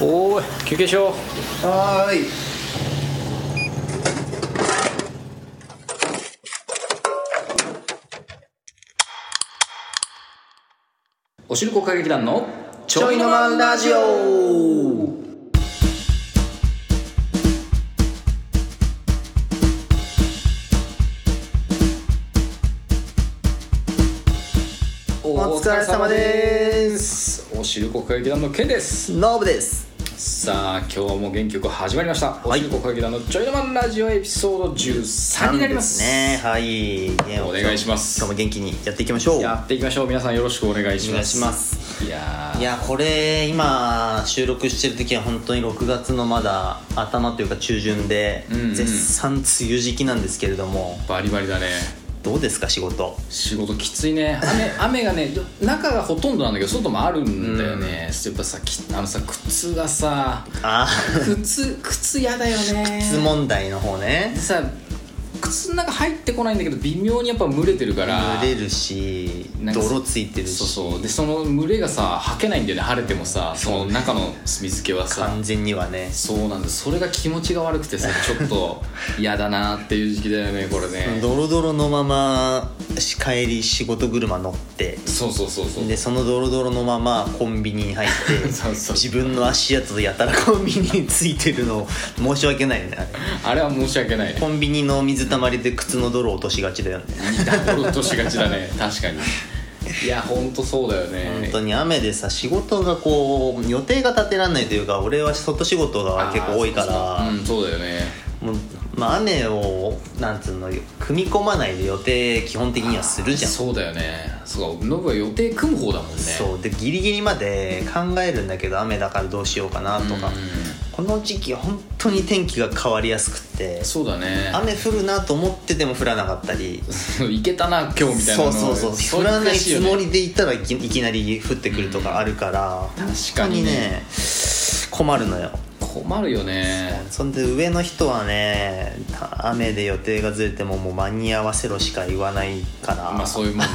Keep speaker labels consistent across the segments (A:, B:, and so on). A: おーい休憩しよ
B: はーい
A: うおしるこ歌劇団のちょいの
B: マンラジオお疲れ様です
A: おしるこ歌劇団のケンです
B: ノブです
A: さあ今日も元気よく始まりました、おしるこ歌劇団のちょいのマンラジオエピソード13になります
B: ねはいね
A: お願いします
B: 今日も元気にやっていきましょうお
A: やっていきましょう皆さんよろしくお願いし
B: 願
A: ま
B: い
A: す
B: します
A: いやー
B: いやこれ今収録してる時は本当に6月のまだ頭というか中旬で
A: うんうん
B: 絶賛梅雨時期なんですけれども
A: バリバリだね
B: どうですか仕事
A: 仕事きついね雨 雨がね中がほとんどなんだけど外もあるんだよね、やっぱさきあのさ靴がさ
B: あ
A: 靴靴やだよね
B: あ問題の方ね
A: でさ靴の中入ってこないんだけど微妙にやっぱ蒸れてるから
B: 濡れるし
A: なんか
B: 泥ついてるし
A: そうそうでその蒸れがさはけないんだよね晴れてもさその中の水気はさ
B: 完全にはね
A: そうなんですそれが気持ちが悪くてさちょっ と嫌だなっていう時期だよねこれね
B: ドロドロのままし帰り仕事車乗って
A: そうそうそうそう
B: でそのドロドロのままコンビニに入っ て
A: そうそう
B: 自分の足跡やたらコンビニについてるの申し訳ないよねあれ
A: あれは申し訳ないね
B: コンビニの水たまりで靴の泥落としがちだよね
A: ダブルとしがちだ ね確かにいやほんとそうだよ
B: 本
A: ね
B: 当に雨でさ仕事がこう予定が立てらんないというか俺は外仕事が結構多いか
A: あー
B: ら
A: そうそううんそうだよね
B: もうまあ雨をなんつうの組み込まないで予定基本的にはするじゃん
A: そうだよねそうかノブは予定組む方だもんね
B: そうでギリギリまで考えるんだけど雨だからどうしようかなとか、
A: うん
B: この時期本当に天気が変わりやすくって
A: そうだね
B: 雨降るなと思ってても降らなかったり
A: いけたな今日みたいな
B: そ
A: の
B: うそうそう
A: そ
B: 降
A: れ
B: らない
A: 悔し
B: つ
A: よ
B: も
A: ね
B: りでいたらいきいきなり降ってくるとかあるから、
A: うん
B: 本
A: 確
B: 当
A: かにね
B: 困るのよ
A: 困るよね
B: そんで上の人はね雨で予定がずれてももう間に合わせろしか言わないから、
A: まあそういうもん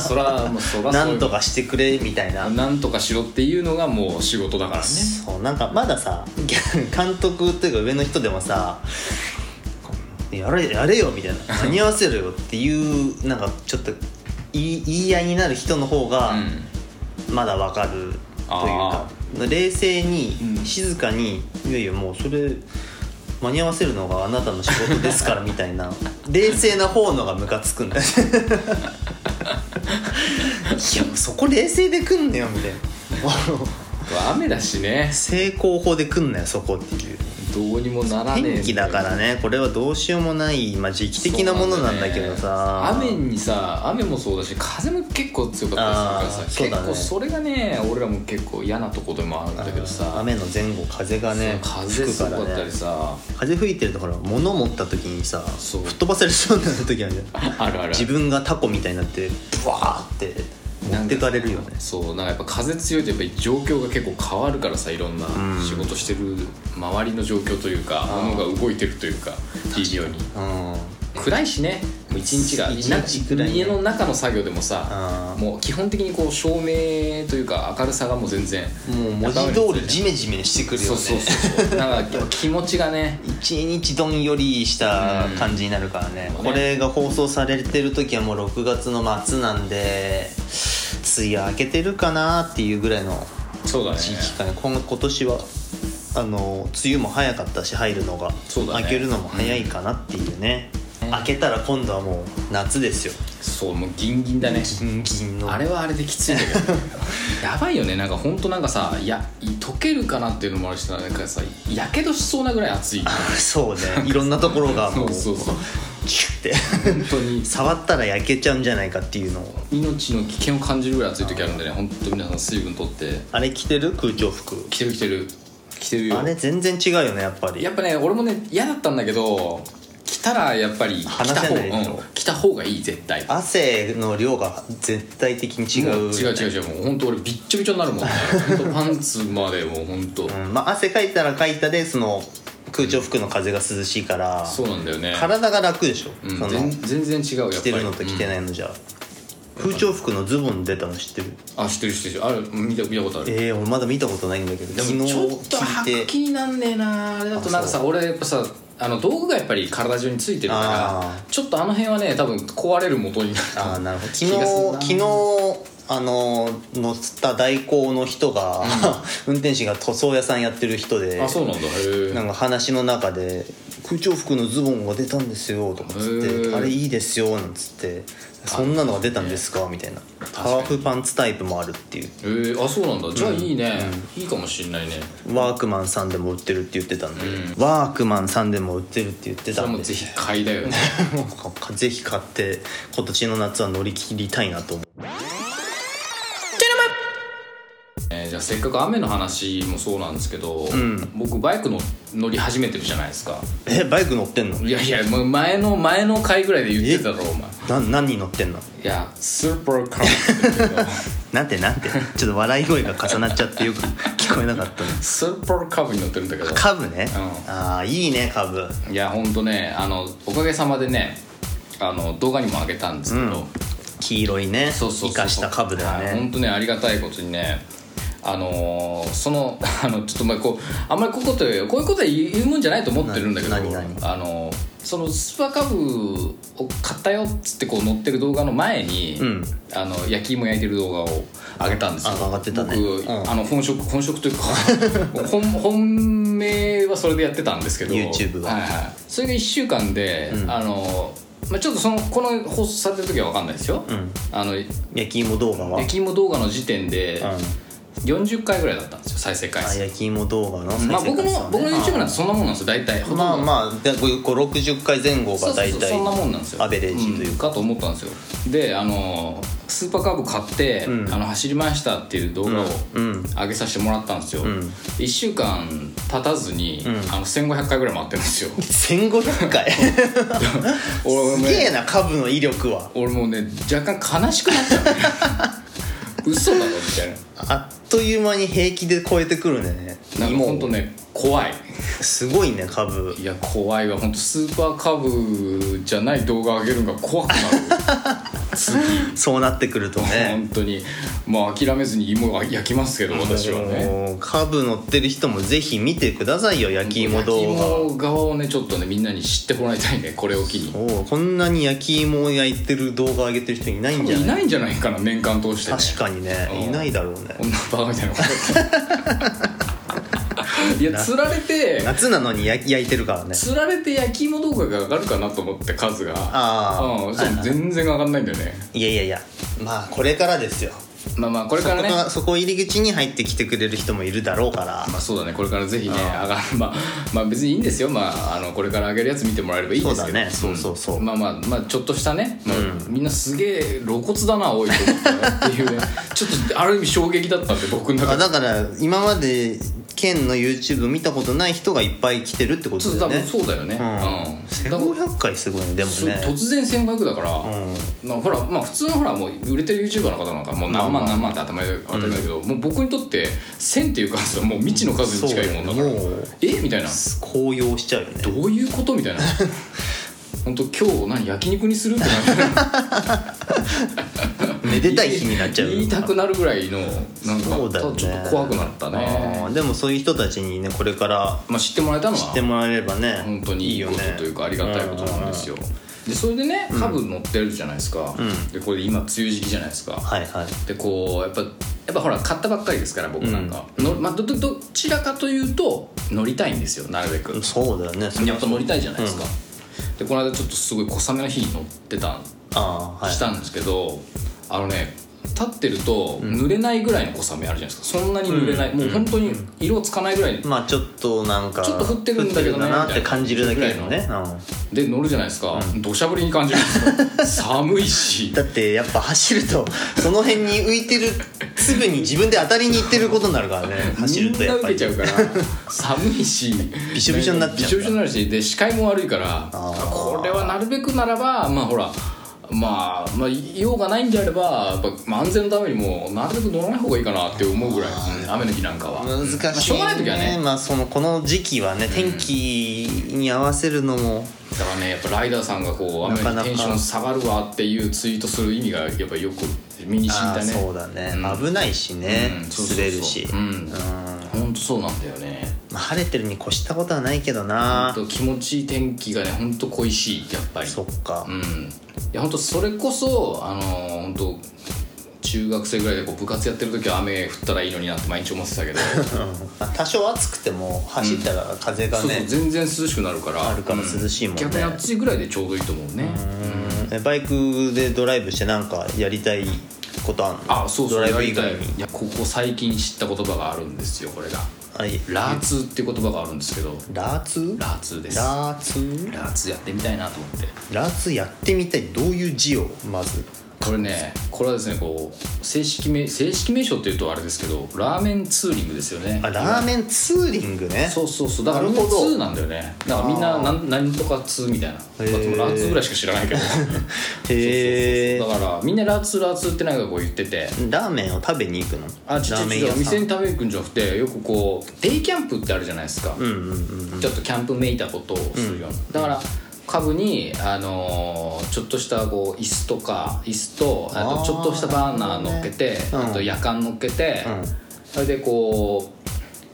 A: そらもうそらそう
B: な
A: いうも
B: んとかしてくれみたいな
A: なんとかしろっていうのがもう仕事だからね
B: そうなんかまださ 逆監督というか上の人でもさ「やれやれよ」みたいな「間に合わせろよ」っていうなんかちょっと言い言い合いになる人の方が
A: うん
B: まだわかるというか
A: あ、
B: 冷静
A: う
B: に
A: ん
B: 静かに「いやいやもうそれ間に合わせるのがあなたの仕事です から」みたいな冷静な方のがムカつくんだよいやもうそこ冷静でくんなよみたいな。
A: 雨だしね
B: 成功法で来んなよそこっていう
A: どうにもならねえんよ
B: 天気だからねこれはどうしようもない、まあ、時期的なものなんだけどさ
A: そうなんだよね雨にさ雨もそうだし風も結構強かったりするからさ、
B: あーそ
A: 結構そ
B: うだね
A: れがね俺らも結構嫌なとこでもあるんだけどさ
B: 雨の前後風がね
A: そう風すごかったり
B: ね
A: さ、
B: 風吹いてるところ物持った時にさ
A: そう
B: 吹っ飛ばされそうになる時あるじゃん
A: あるある
B: 自分がタコみたいになってブワーって持ってかれるよね
A: そうなんかやっぱ風強いとやっぱり状況が結構変わるからさいろんな
B: うん
A: 仕事してる周りの状況というかものが動いてるというかいいように
B: うん
A: 暗いしねもう一日が
B: 一日暗いね
A: 家の中の作業でもさ
B: あー
A: もう基本的にこう照明というか明るさがもう全然
B: もう文字通りジメジメしてくるよ
A: そう
B: ね
A: そうそう そうなんか気持ちがね
B: 一日どんよりした感じになるからね、
A: うん
B: これが放送されてる時はもう6月の末なんで梅雨明けてるかなっていうぐらいの
A: そうだね
B: 時期かね今今年はあの梅雨も早かったし入るのが、
A: そうだね
B: 明けるのも早いかなっていうね、
A: うん
B: 明けたら今度はもう夏ですよ
A: そうもうギンギンだね
B: ギンギンの
A: あれはあれできついんだけど やばいよねなんかほんとなんかさいやい溶けるかなっていうのもあるしなんかさやけどしそうなぐらい熱い
B: そう ねいろんなところが
A: そ
B: もう
A: うそうそう
B: キュッて
A: 本当に
B: 触ったら焼けちゃうんじゃないかっていうのを
A: 命の危険を感じるぐらい暑い時あるんでね本当皆さん水分取って
B: あれ着てる空調服
A: 来てる来てる来てるよ
B: あれ全然違うよねやっぱり
A: やっぱね俺もね嫌だったんだけど来たらやっぱり来
B: 話
A: た
B: せ
A: 方,、
B: ないと
A: うん来た方がいい絶対
B: 汗の量が絶対的に違う、
A: 違う違う違うもう本当俺びっちょびちょになる もんねほんとパンツまでもう本当、
B: うんまあ、汗かいたらかいたでその空調服の風が涼しいから、
A: そうなんだよね
B: 体が楽でしょ、
A: うん
B: その
A: 全全然違うやっぱり
B: 着てるのと着てないのじゃ、空調服のズボン出たの知ってる
A: あ知ってる知ってるある見た見たことある
B: ええ俺まだ見たことないんだけど
A: で
B: 昨
A: も
B: 日
A: ちょっと
B: 聞
A: 白
B: いて
A: 気になんねえなあれだとなんか
B: あ
A: さ俺やっぱさあの道具がやっぱり体中についてる
B: あ
A: から
B: ー
A: ちょっとあの辺はね多分壊れる元になる
B: ああなるほど昨
A: 気がするな
B: 日昨日あの乗った代行の人が、運転手が塗装屋さんやってる人で
A: あそうなんだへえ
B: なんか話の中で「空調服のズボンが出たんですよ」とかつっ
A: へ
B: て「
A: ー
B: あれいいですよ」なんつって「そんなのが出たんですか」みたいな
A: か
B: ハ
A: に
B: ーフパンツタイプもあるっていう
A: えー、あそうなんだじゃあいいね、いいかもしんないね
B: ワークマンさんでも売ってるって言ってたんで、ワークマンさんでも売ってるって言って
A: そ
B: た
A: れは
B: ん
A: も
B: で
A: うぜひ買いだよね
B: か ぜひ買って今年の夏は乗り切りたいなと思う
A: えーじゃあせっかく雨の話もそうなんですけど、僕バイクの乗り始めてるじゃないですか
B: えバイク乗ってんの
A: いやいやもう前の前の回ぐらいで言ってたろお前
B: な何に乗ってんの
A: いやスーパーカーって言うけ ど
B: なんてなんてちょっと笑い声が重なっちゃってよく聞こえな かったの
A: スーパーカブに乗ってるんだけど
B: 株ね、
A: う
B: ああいいね株
A: いやほんとねあのおかげさまでねあの動画にもあげたんですけど、
B: 黄色いね
A: そうそうそう
B: 生かした株だよね、
A: 本当ねありがたいことにねあのーその あのちょっとまあこうあんまりこういうことこういうことは言うもんじゃないと思ってるんだけど
B: な何何
A: あのーそのスーパーカブを買ったよっつってこう載ってる動画の前に、
B: ん
A: あの焼き芋焼いてる動画を上げたんですよ
B: あ上がってたね
A: 僕、
B: うん
A: あの本職本職という か本本命はそれでやってたんですけど
B: YouTube はい
A: はい、それが1週間で、あのーまあ、ちょっとそのこの放送されてる時は分かんないですよ、
B: ん
A: あの
B: 焼き芋動画は
A: 焼き芋動画の時点で
B: う
A: 40回ぐらいだったんですよ再生回
B: ん、あ
A: 数
B: 焼き芋動画の再生
A: まあ僕
B: 回数は
A: の
B: ね
A: 僕の YouTube なんてそんなもんなんですよ大体ほとんど
B: まあまあで5 60回前後
A: そうそ
B: が
A: う
B: 大
A: そう
B: 体
A: そんなもんなんですよ
B: アベレージというか、
A: かと思ったんですよであのスーパーカーブ買って、
B: うん
A: あの走りましたっていう動画を
B: うんうん
A: 上げさせてもらったんですよ、
B: ん
A: 1週間経たずに、
B: ん
A: あの1500回ぐらい回ってるん ですよ
B: 1500回
A: 俺
B: す
A: も
B: げえ
A: ね
B: な株の威力は
A: 俺もね若干悲しくなっちゃう、ね、 嘘だろみたいな
B: あっという間に平気で超えてくるね
A: なんか
B: 芋を
A: 本当ね怖い
B: すごいね株
A: いや怖いわ本当スーパーカブじゃない動画上げるのが怖くなる
B: そうなってくると ね
A: 本当にまあ諦めずに芋は焼きますけど私はね
B: もう株乗ってる人もぜひ見てくださいよ焼き芋動画
A: 焼き芋側をねちょっとねみんなに知ってもらいたいねこれを機に
B: おうこんなに焼き芋を焼いてる動画上げてる人いないんじゃない
A: いないんじゃないかな年間通して、ね、
B: 確かにね
A: うん
B: いないだろうね
A: こんなバカみた いなこといや釣られて
B: 夏なのに焼き焼いてるからね
A: 釣られて焼き芋動画が上がるかなと思って数が
B: あー
A: うん、そう全然上がんないんだよね
B: いやいやいやまあこれからですよ
A: まあまあこれからね
B: そこがそこ入り口に入ってきてくれる人もいるだろうから
A: まあそうだねこれからぜひね上がるまあまあ別にいいんですよまああのこれから上げるやつ見てもらえればいいですけど
B: そうだねそうそうそうん
A: まあまあまあちょっとしたね、まあみんなすげえ露骨だな多いと思ったなっていうねちょっとある意味衝撃だったんで僕の中
B: あ
A: で
B: だから今まで県の YouTube 見たことない人がいっぱい来てるってこ
A: ちょっ
B: と
A: と
B: だ
A: 多
B: よね
A: 分そうだよね
B: うん
A: だから
B: 1500回すごいねでも
A: そう
B: ね
A: 突然1500だから、まあほらまあ普通のほらもう売れてる YouTuber の方なんかもう何万何万って頭で当たり前だけど、もう僕にとって1000っていう数はもう未知の数に近いもんだから、
B: そうだよねもう
A: えみたいな
B: 高揚しちゃうよね
A: どういうことみたい な本当今日何焼肉にするってな っ
B: めでたい日になっちゃう
A: 言いたくなるぐらいのなんか、
B: そう
A: た
B: だ
A: だ
B: よね
A: ちょっと怖くなったね
B: あーでもそういう人たちにねこれから
A: まあ、知ってもらえたの
B: 来て
A: は
B: もらえればね
A: 本当に
B: い
A: い
B: い
A: い
B: よ
A: こと
B: ね
A: というかありがたいことなんですよでそれでね株乗ってるじゃないですか、
B: ん
A: でこれで今梅雨時期じゃないですか
B: はいはい
A: でこうやっぱやっぱほら買ったばっかりですから僕なんか、のまあ、どどどちらかというと乗りたいんですよなるべく、
B: そうだよねそれ
A: やっぱ乗りたいじゃないですか、でこの間ちょっとすごい小雨の日に乗ってたん
B: ああはい
A: したんですけど、あのね立ってると濡れないぐらいの小雨あるじゃないですかそんなに濡れない、もう本当に色つかないぐらい
B: まあちょっとなんか
A: ちょっと降ってるんだけどね
B: 降ってるなって感じるだけのね、
A: で乗るじゃないですか土砂降りに感じるんですよ 寒い
B: うん
A: し
B: だってやっぱ走ると その辺に浮いてるすぐに自分で当たりに行ってることになる からね走
A: み
B: る
A: ん
B: と
A: な
B: やっ
A: 受
B: ぱ
A: け
B: り
A: ちゃうから寒いしび
B: しょびしょになっちゃう
A: びしょびしょになるしで視界も悪いから
B: ー
A: これはなるべくならばまあほらまあ、まあ、用がないんであれば、やっぱ、まあ安全のためにも、なるべく乗らない方がいいかなって思うぐらい、うん雨の日なんかは。
B: 難しい、ね
A: まあしょうがない時はね。
B: まあそのこの時期はね天気に合わせるのも、
A: だからね、やっぱライダーさんがこう、雨
B: なかな
A: の
B: か
A: 日テンション下がるわっていうツイートする意味が、やっぱよく身に染
B: あ
A: み
B: あ
A: たね。
B: そうだね、
A: うん
B: 危ないしね、
A: うんそうそうそう
B: 滑るし
A: うん
B: うん
A: 本当そうなんだよね。
B: まあ、晴れてるに越したことはないけど
A: ほん
B: な
A: と気持ちいい天気がね、本当恋しい、やっぱり。
B: そっか、
A: うん、いや本当それこそあのー本当中学生ぐらいでこう部活やってる時は雨降ったらいいのになって毎日思ってたけ ど、
B: まあ多少暑くても走ったら風が
A: そうそう
B: ね、
A: 全然涼しくなるから
B: あるから涼しいもんね
A: う逆に暑いぐらいでちょうどいいと思うね
B: えバイクでドライブしてなんかやりたいことあんの
A: あそうそう
B: ドライ
A: や
B: ブ
A: り
B: 以
A: たい
B: 外に
A: いやここ最近知った言葉があるんですよこれが
B: あい
A: ラーツーって言葉があるんですけど
B: ラーツ
A: ラーツーですラ
B: ラーツ
A: ーツーやってみたいなと思って
B: ラーツやってみたいどういう字をまず
A: これねこれはですねこう正式名正式名称っていうとあれですけどラーメンツーリングですよね
B: あラーメンツーリングね
A: そうそうそうだから
B: な
A: み
B: る
A: んな
B: ほど
A: 2なんだよねだからみんななん何とか2みたいな、
B: ー
A: まあ、そのラーツーぐらいしか知らないけど
B: へ え
A: だからみんなラーツーラーツーってなんかこう言ってて
B: ラーメンを食べに行くの
A: あ
B: ラ
A: ちょ
B: ー
A: っと
B: メン
A: 違
B: 屋
A: うお
B: さ
A: 店
B: ん
A: に食べに行くんじゃなくてよくこうデイキャンプってあるじゃないですか、
B: うんうんうん
A: ちょっとキャンプめいたことをするような、だから家具に、あのーちょっとしたこう椅子とか椅子とあ
B: あ
A: と
B: ー
A: ちょっとしたバーナー乗っけて、
B: なるほどねうん
A: あと夜間乗っけて、
B: うん
A: それでこ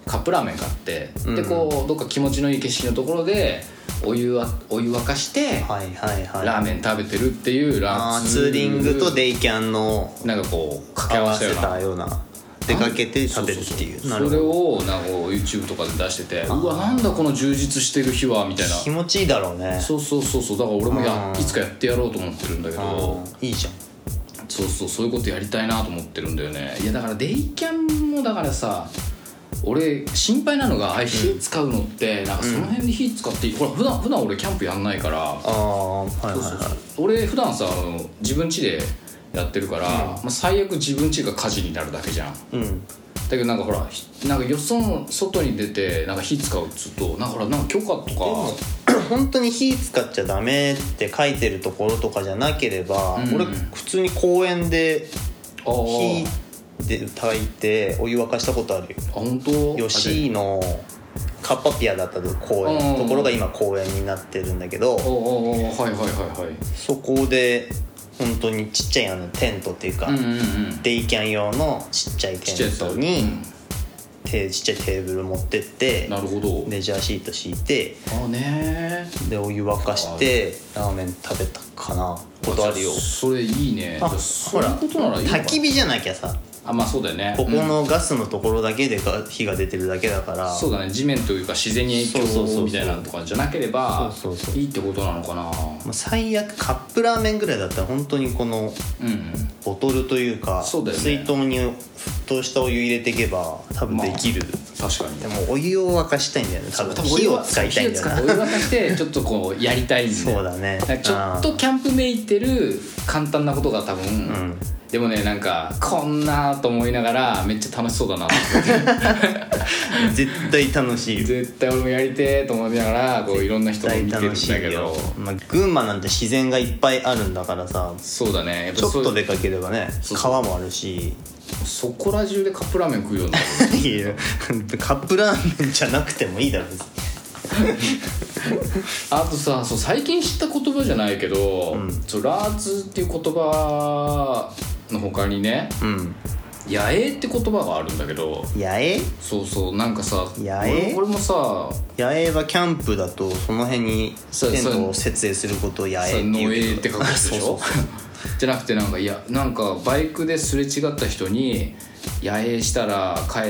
A: うカップラーメン買って、
B: うん
A: でこうどっか気持ちのいい景色のところでお湯わお湯沸かして、
B: はいはいはい
A: ラーメン食べてるっていうラ
B: あーツーリングとデイキャンの
A: なんかこう掛け
B: 合
A: 合わ
B: わ
A: せた
B: せ
A: ような
B: たような出かけて食べるっていう
A: そ
B: な
A: そ
B: る
A: そ
B: ほ
A: れ
B: ど
A: をなんかこう YouTube とかで出しててうわなんだこの充実してる日はみたいな
B: 気持ちいいだろうね
A: そうそうそうそうだから俺もや
B: うん
A: いつかやってやろうと思ってるんだけど
B: あーいいじゃん
A: そうそうそういうことやりたいなと思ってるんだよねいやだからデイキャンもだからさ俺心配なのがあれ火使うのってなんかその辺で火使っていい、ほら普段普段俺キャンプやんないから
B: ああはいはい
A: そう
B: は
A: そう
B: い
A: そう俺普段さあの自分家でやってるから、まあ、最悪自分家が火事になるだけじゃん
B: うん
A: だけどなんかほらひなんかよその外に出てなんか火使うっつうとなんかほらなんか許可とか
B: 本当に火使っちゃダメって書いてるところとかじゃなければ、
A: うん
B: 俺普通に公園で
A: あー
B: 火で炊いてお湯沸かしたことある
A: あ本当
B: よ吉井のカッパピアだった公園
A: うん
B: のところが今公園になってるんだけど
A: ああああはいはいはいはい
B: そこで本当にちっちゃいあのテントっていうか、
A: うんうんうん
B: デイキャン用のちっちゃい
A: ちっちゃいや
B: テン
A: つだ
B: ト
A: う
B: に
A: ん
B: てちっちゃいテーブル持ってって
A: なるほど
B: レジャーシート敷いて
A: あね
B: でお湯沸かしてラーメン食べたかなことあるよ
A: それいいねじゃ
B: あ
A: あそういうことならいいのか
B: 焚き火じゃなきゃさ
A: あまあそうだよね
B: ここ
A: うん
B: のガスのところだけでが火が出てるだけだから、
A: そうだね地面というか自然に影
B: そうそうそうそ
A: 響
B: う
A: みたいなのとかじゃなければ
B: そうそうそう
A: いいってことなのかな
B: まあ最悪カップラーメンぐらいだったら本当にこの
A: うんうん
B: ボトルというか
A: そうだよね
B: 水筒に沸騰したお湯入れていけば多分できる、
A: 確かに
B: でもお湯を沸かしたいんだよね多分火を使いたいんだよ
A: 火を使ってお
B: な
A: 湯沸かしてちょっとこうやりた いんで
B: そうだね
A: からちょっとキャンプめいてる簡単なことが多分、
B: ん
A: でもねなんかこんなと思いながらめっちゃ楽しそうだなと思って
B: 絶対楽しいよ
A: 絶対俺もやりてえと思いながらこういろんな人を見
B: 絶
A: て
B: 対
A: るんだ
B: 楽し
A: け
B: いよ
A: ど、
B: まあ、群馬なんて自然がいっぱいあるんだからさ
A: そうだねやっぱ
B: ちょっ
A: そう
B: と出かければね
A: そうそう
B: 川もあるし
A: そこら中でカップラーメン食うようになる
B: いやカップラーメンじゃなくてもいいだろ別に
A: あとさそう最近知った言葉じゃないけど、そうラーツっていう言葉の他にね
B: うん
A: 「野営」って言葉があるんだけど
B: 野営
A: そうそうなんかさ
B: 野
A: 俺
B: 営
A: 俺もさ
B: 野営はキャンプだとその辺に
A: そう
B: テントを設営することを野営って
A: さ
B: い
A: 野
B: う
A: 営っ
B: け
A: て書
B: ど
A: くやつでし
B: そう
A: ょじゃなくてなんかいやなんかバイクですれ違った人に野営したら帰っ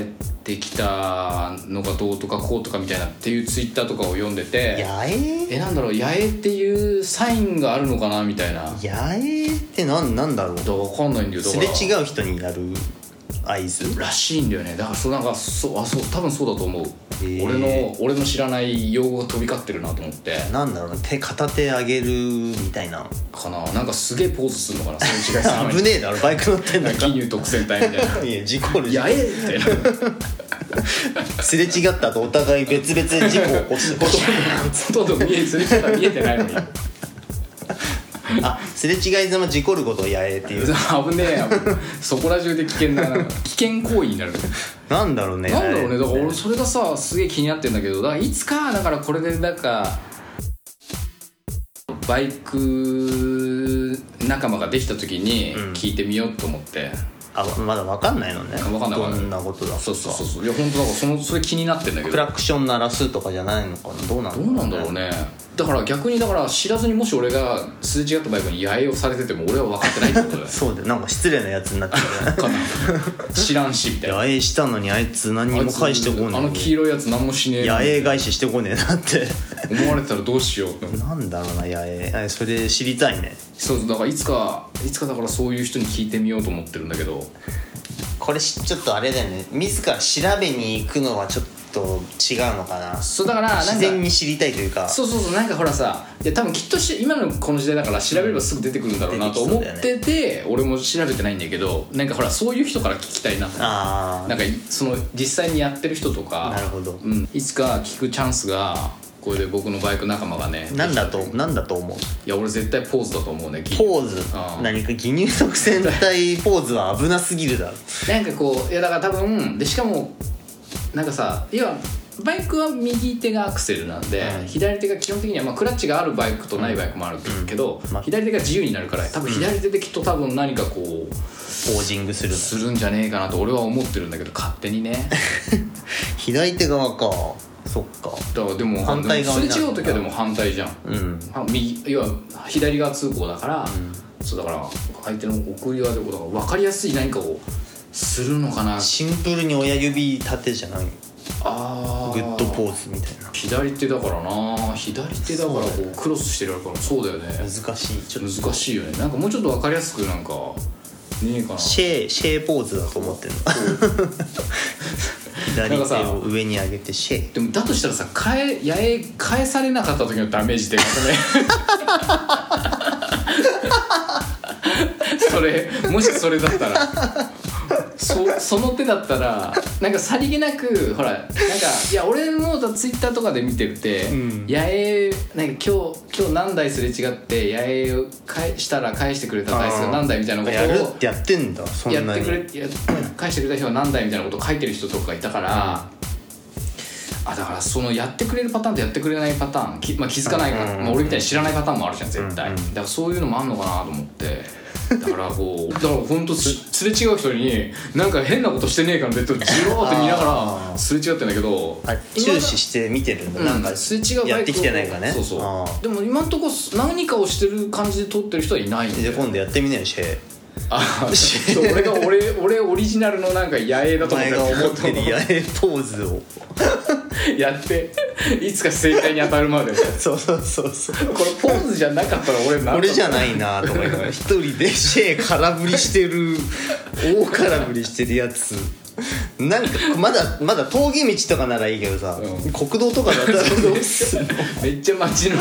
A: てきたのがどうとかこうとかみたいなっていうツイッターとかを読んでて
B: 野営
A: えなんだろう野営っていうサインがあるのかなみたいな
B: 野営ってなんなんだろう
A: 分かんないんだよだ
B: す
A: か
B: れ
A: ら
B: 違う人になる合図
A: らしいんだよねだからそうなんかそうあそう多分そうだと思う、
B: へえ
A: 俺の俺の知らない用語が飛び交ってるなと思って
B: なんだろうな手片手上げるみたいな
A: かななんかすげえポーズするのかなそれ違いする前に
B: 危ねえ だろバイク乗ってんだ
A: なん
B: か
A: か 金融特選隊みたいな
B: らいや事故る
A: い
B: じゃ
A: や
B: ん
A: ええみたいな
B: すれ違ったとお互い別々で事故を起こすこと
A: ほとんど見えそれしか見えてないのに
B: あすれ 違いざま事故ることをやえっていう
A: 危ねえやそこら中で危険な危険行為になる
B: なんだろうね
A: なんだろうねだから
B: あ
A: 俺
B: れ
A: それがさすげえ気になってんだけどだからいつかだからこれでなんかバイク仲間ができた時に
B: うん
A: 聞いてみようと思って、
B: あまだわかんないのね
A: わかんないわ
B: ど
A: かんない
B: んなことだったか
A: そうそうそうそういや本当だからそのそれ気になってんだけ
B: ク
A: ど
B: ラクション鳴らすとかじゃないのかなどうなん
A: どうなんだろうねだから逆にだから知らずにもし俺がすれ違ったバイクに八重をされてても俺は分かってないってことだよ
B: そうだよなんか失礼なやつになってるよね
A: 分かんない知らんしみたいな
B: 野営したのにあいつ何にも返してこ
A: あの
B: ね
A: 黄色いやつ何もしね
B: え
A: え
B: 野営返ししてこねえなって
A: 思われてたらどうしようって思う
B: なんだろうな野営あそれ知りたいね
A: そうそうだからいつかいつかだからそういう人に聞いてみようと思ってるんだけど
B: これしちょっとあれだよね自ら調べに行くのはちょっと違うのかな
A: そうだからなんか
B: 自然に知りたいというか
A: そうそうそうなんかほらさいや多分きっとし今のこの時代だから調べればすぐ出てくるんだろうなと思って
B: 出
A: て、俺も調べてないんだけどなんかほらそういう人から聞きたいな
B: あ
A: なんかいその実際にやってる人と
B: あ
A: か
B: なるほど
A: うん、いつか聞くチャンスがこれで僕のバイク仲間がね
B: なんだと
A: い
B: なんだと思う
A: や俺絶対ポーズだと思うねき
B: ポーズ
A: あー
B: 何か義乳特戦隊ポーズは危なすぎるだろ
A: なんかこういやだから多分でしかもなんかさ要はバイクは右手がアクセルなんで、
B: うん
A: 左手が基本的には、まあ、クラッチがあるバイクとないバイクもあるけど、
B: うんまあ
A: 左手が自由になるから多分左手できっと多分何かこう
B: ポージングするの
A: するんじゃねえかなと俺は思ってるんだけど勝手に ね
B: 左手側かそっか
A: だからでも
B: 反対側にな
A: す
B: る
A: れ違う時はでも反対じゃん
B: うん
A: あ右要は左側通行だから、そうだから相手の送り側でことが分かりやすい何かをするのかな
B: シンプルに親指立てじゃない
A: あー
B: グッドポーズみたいな
A: 左手だからな左手だからこうクロスしてるからそうだよね
B: 難しいちょっと
A: 難しいよねなんかもうちょっと分かりやすくなんかねえかな
B: シェーシェーポーズだと思ってるの
A: なん
B: 左
A: か
B: 手
A: さ
B: を上に上げてシェー
A: でもだとしたらさ返やえ返されなかった時のダメージでか それそれもしそれだったらそその手だったらなんかさりげなくほらなんかいや俺もツイッターとかで見てて、
B: うん
A: やえなんか今日今日何台すれ違ってやえを返したら返してくれた台数が何台みたいなことを
B: やるってやってんだそんな
A: や
B: に
A: ってくれや返してくれた人は何だいみたいなことを書いてる人とかいたから、あだからそのやってくれるパターンとやってくれないパターンき、まあ、気づかないか、
B: うんうんうん
A: まあ、俺みたいに知らないパターンもあるじゃん絶対、
B: うんうん
A: だからそういうのもあんのかなと思ってだからこうだから本当すすれ違う人になんか変なことしてねえかなってジローって見なが
B: あー
A: らすれ違ってんだけど
B: あ注視して見てるんだ、
A: うん
B: なんか
A: すれ違うバイクを
B: やってきてないからね
A: そうそう
B: あー
A: でも今んとこ何かをしてる感じで撮ってる人はいないんだよ
B: じゃあ今度やってみなよシェー
A: あそう俺が俺俺オリジナルのなんか野営だ
B: お
A: と思っ
B: 前
A: て
B: が思ってるやえポーズを
A: やっていつか正解に当たるまでこ
B: そうそうそうそう
A: れポーズじゃなかったら俺なん
B: 俺じゃ
A: い
B: ないなと思いなが ら一人でシェー空振りしてる大空振りしてるやつなんかまだまだ峠道とかならいいけどさ、
A: うん
B: 国道とかだったらどうすんの
A: めっちゃ街の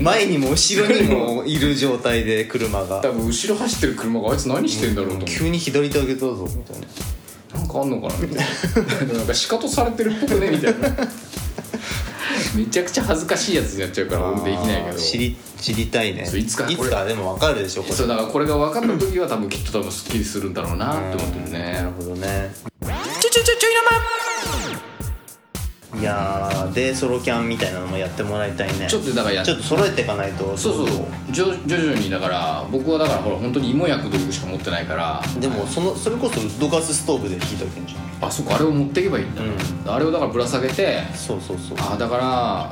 B: 前にも後ろにもいる状態で車が
A: 多分後ろ走ってる車があいつ何してんだろうと思
B: 急に左手上げたぞみたいな
A: うなんかあんのかなみたいななんか仕方されてるっぽくねみたいなめちゃくちゃ恥ずかしいやつになっちゃうから俺できないけど
B: 知り知りたいね
A: そういつかこれ
B: でも分かるでしょこれ
A: そうだからこれが分かった時は多分きっと多分すっきりするんだろうなって思ってる
B: なる
A: ね
B: ほどね
A: ちょちょちょちょい
B: いやーでソロキャンみたいなのもやってもらいたいね
A: ちょっとだからやっ
B: ちょっと揃えていかないと
A: そうそう徐徐々にだから僕はだからほら本当に芋焼く道具しか持ってないから
B: でもそのそれこそウッドガスストーブで火いたけんじゃん
A: あそこあれを持っていけばいいんだ、あれをだからぶら下げて
B: そうそうそう
A: あだか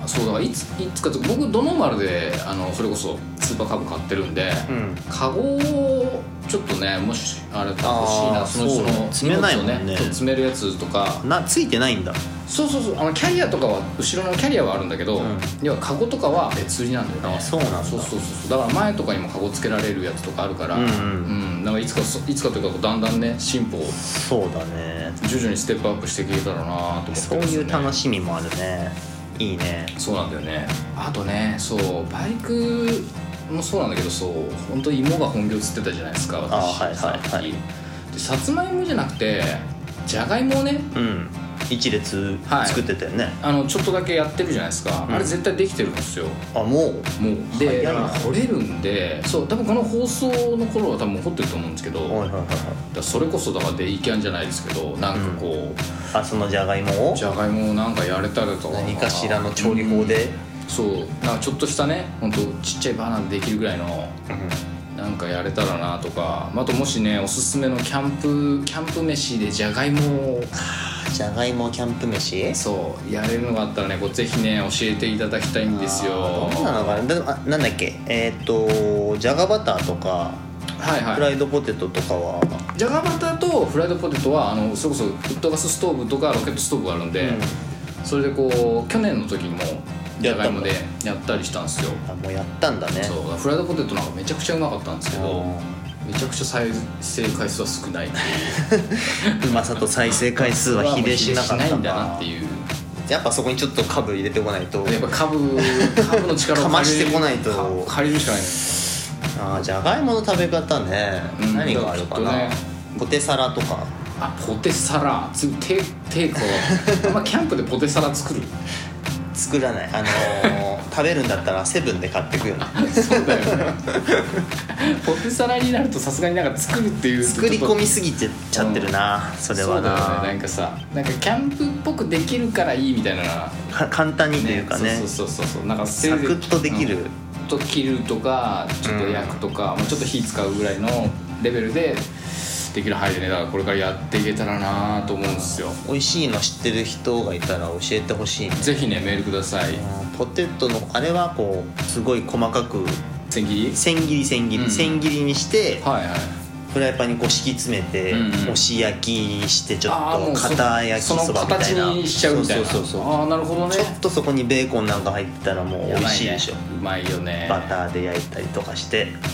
A: らそうだからいついつかと僕ドノーマルであのそれこそスーパーカブ買ってるんで、
B: うん
A: カゴをちょっとねもしあれだったら欲しい
B: あー
A: なその
B: そう
A: その
B: 詰めないもんね
A: 荷物をそう詰めるやつとか
B: なついてないんだ
A: そうそうそうあのキャリアとかは後ろのキャリアはあるんだけど、
B: ん
A: 要はカゴとかは別売りなんだよね
B: あそうなんだ
A: そうそうそうだから前とかにもカゴつけられるやつとかあるから
B: うんうん
A: うんだからいつかそいつかというかだんだんね進歩を
B: そうだね
A: 徐々にステップアップしていけたらなと思ってます
B: そ
A: よ
B: う
A: ね
B: いう楽しみもあるねいいね
A: そうなんだよねあとねそうバイクもそうなんだけどそう本当芋が本業っつってたじゃないですか
B: あ
A: 私
B: はいはいはい
A: さっきでさつまいもじゃなくてじゃがいもをね
B: うん一列
A: はい
B: 作ってたよね、
A: あのちょっとだけやってるじゃないですか、
B: うん
A: あれ絶対できてるんですよ
B: あもう
A: もうで
B: 早いな
A: 掘れるんでそう多分この放送の頃は多分掘ってると思うんですけど、
B: はいはい
A: だか
B: はいはい
A: らそれこそだからデイキャンじゃないですけどなんかこう、
B: あそのじゃがいもを
A: じゃがいもをなんかやれたらと
B: 何かしらの調理法で、
A: そうなんかちょっとしたねほんとちっちゃいバーナーでできるぐらいのなんかやれたらなとかあともしねおすすめのキャンプキャンプ飯でじゃがいも を
B: じゃがいもキャンプ飯
A: そうやれるのがあったらねこうぜひね教えていただきたいんですよ
B: あーどうなのかなでもあなんだっけえーっ、とじゃがバターとか
A: はい
B: フ
A: は
B: ライドポテトとかは、
A: いじゃがバターとフライドポテトはあのそれこそウッドガスストーブとかロケットストーブがあるんで、それでこう去年の時にもじゃがいもでやったりしたんですよ
B: あもうやったんだね
A: そうフライドポテトなんかめちゃくちゃうまかったんですけどめ
B: あ
A: ちゃくちゃ再生回数は少ないっ ていう
B: ーうまさと再生回数は比例しなかっ
A: 比
B: た
A: 例しないんだなっていう
B: やっぱそこにちょっと株入れてこないと
A: やっぱ株 株の力を借りる
B: かましてこないと
A: か借りるしかない
B: あーじゃがいもの食べ方ね、
A: うん
B: 何がある
A: ちょ
B: かな、
A: っとね
B: ポテサラとか
A: あポテサラつててこ うあんまキャンプでポテサラ作る
B: 作らないあの ー食べるんだったらセブンで買ってくよね
A: そうだよねポテサラになるとさすがになんか作るっていう
B: 作り込
A: み
B: みすぎてちゃってるな、それは
A: そうだよ
B: な,、
A: ねなんかさなんかキャンプっぽくできるからいいみたいなのは
B: か簡単にというかね
A: そうそうそうそうなんかせい
B: サ
A: ぜい
B: クッとできる、
A: ちょっと切るとかちょっと焼くとか、もうちょっと火使うぐらいのレベルでできる範囲でねだからこれからやっていけたらなと思うんですよ
B: 美味しいの知ってる人がいたら教えてほしいね
A: ぜひねメールください
B: あーポテトのあれはこうすごい細かく
A: 千切り
B: 千切り千切り、
A: うん
B: 千切りにして
A: はいはい
B: フライパンにこう敷き詰めて、
A: うんうん
B: 押し焼きしてちょ
A: あー
B: っ
A: も
B: と
A: うそ
B: 片焼きそばみたいな
A: その形にしちゃうみたいな
B: そうそうそうそう
A: ああなるほどね
B: ちょっとそこにベーコンなんか入ってたらもう美味しいでしょ、
A: うまいよね
B: バターで焼いたりとかして
A: ー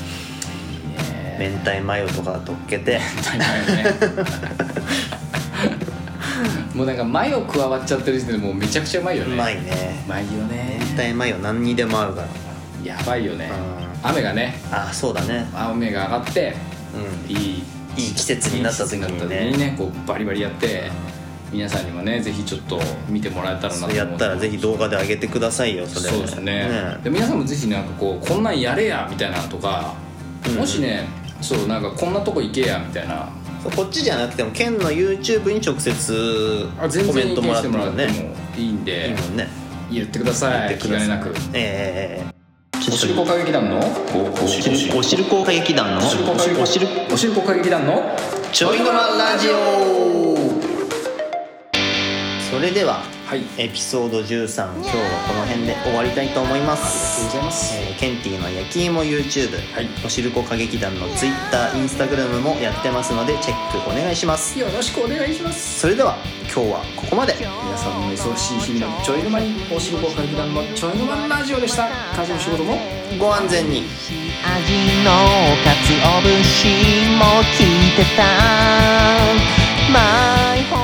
B: 明太マヨとかとっけて
A: ーね もうなんかマヨ加わっちゃってる時点でもうめちゃくちゃうまいよ
B: う
A: ね
B: まいうね
A: まいよね
B: 明太マヨ何にでも合うから
A: やばいよね
B: う
A: 雨がね
B: あそうだね
A: 雨が上がって
B: うん
A: いい
B: いい季節になった時にね
A: いい季節になった時にねこうバリバリやって皆さんにもねぜひちょっと見てもらえたらなと
B: そ
A: 思
B: れやったらぜ
A: ひ
B: ひ動画で上げてくださいよそれ
A: そうですねで皆さんもぜひなんかこうこんなんやれやみたいなのとか、
B: うん
A: もしねそうなんかこんなとこ行けやみたいな
B: そうこっちじゃなくても県の YouTube に直接
A: あ全
B: コメ
A: 然
B: ン
A: 意
B: トも
A: 見
B: らっ
A: してて
B: も
A: もら
B: らっ
A: ってて
B: も
A: もいいん
B: いい
A: で
B: もんね
A: 言ってください
B: 言って
A: 気
B: くだ
A: 兼
B: さ
A: ね
B: い
A: なく
B: ええええええ
A: おしるこ歌劇団のおしる
B: おしるこ歌劇団のおしる
A: おしるこ歌劇団の
B: ちょいのまラジオそれでは
A: はいあり
B: エピソード13今日はこの辺で終わりたいと思い
A: が
B: ま
A: とうご
B: す
A: ざいます
B: えーケンティーの焼き芋 YouTube、
A: はい
B: おしるこ歌劇団の TwitterInstagram もやってますのでチェックお願いします
A: よろしくお願いします
B: それでは今日はここまで
A: 皆さんの忙しい日々のちょいの間におしるこ歌劇団のちょいの間ラジオでした家事も仕事も
B: ご安全に
C: 味のかつお節も聞いてた My home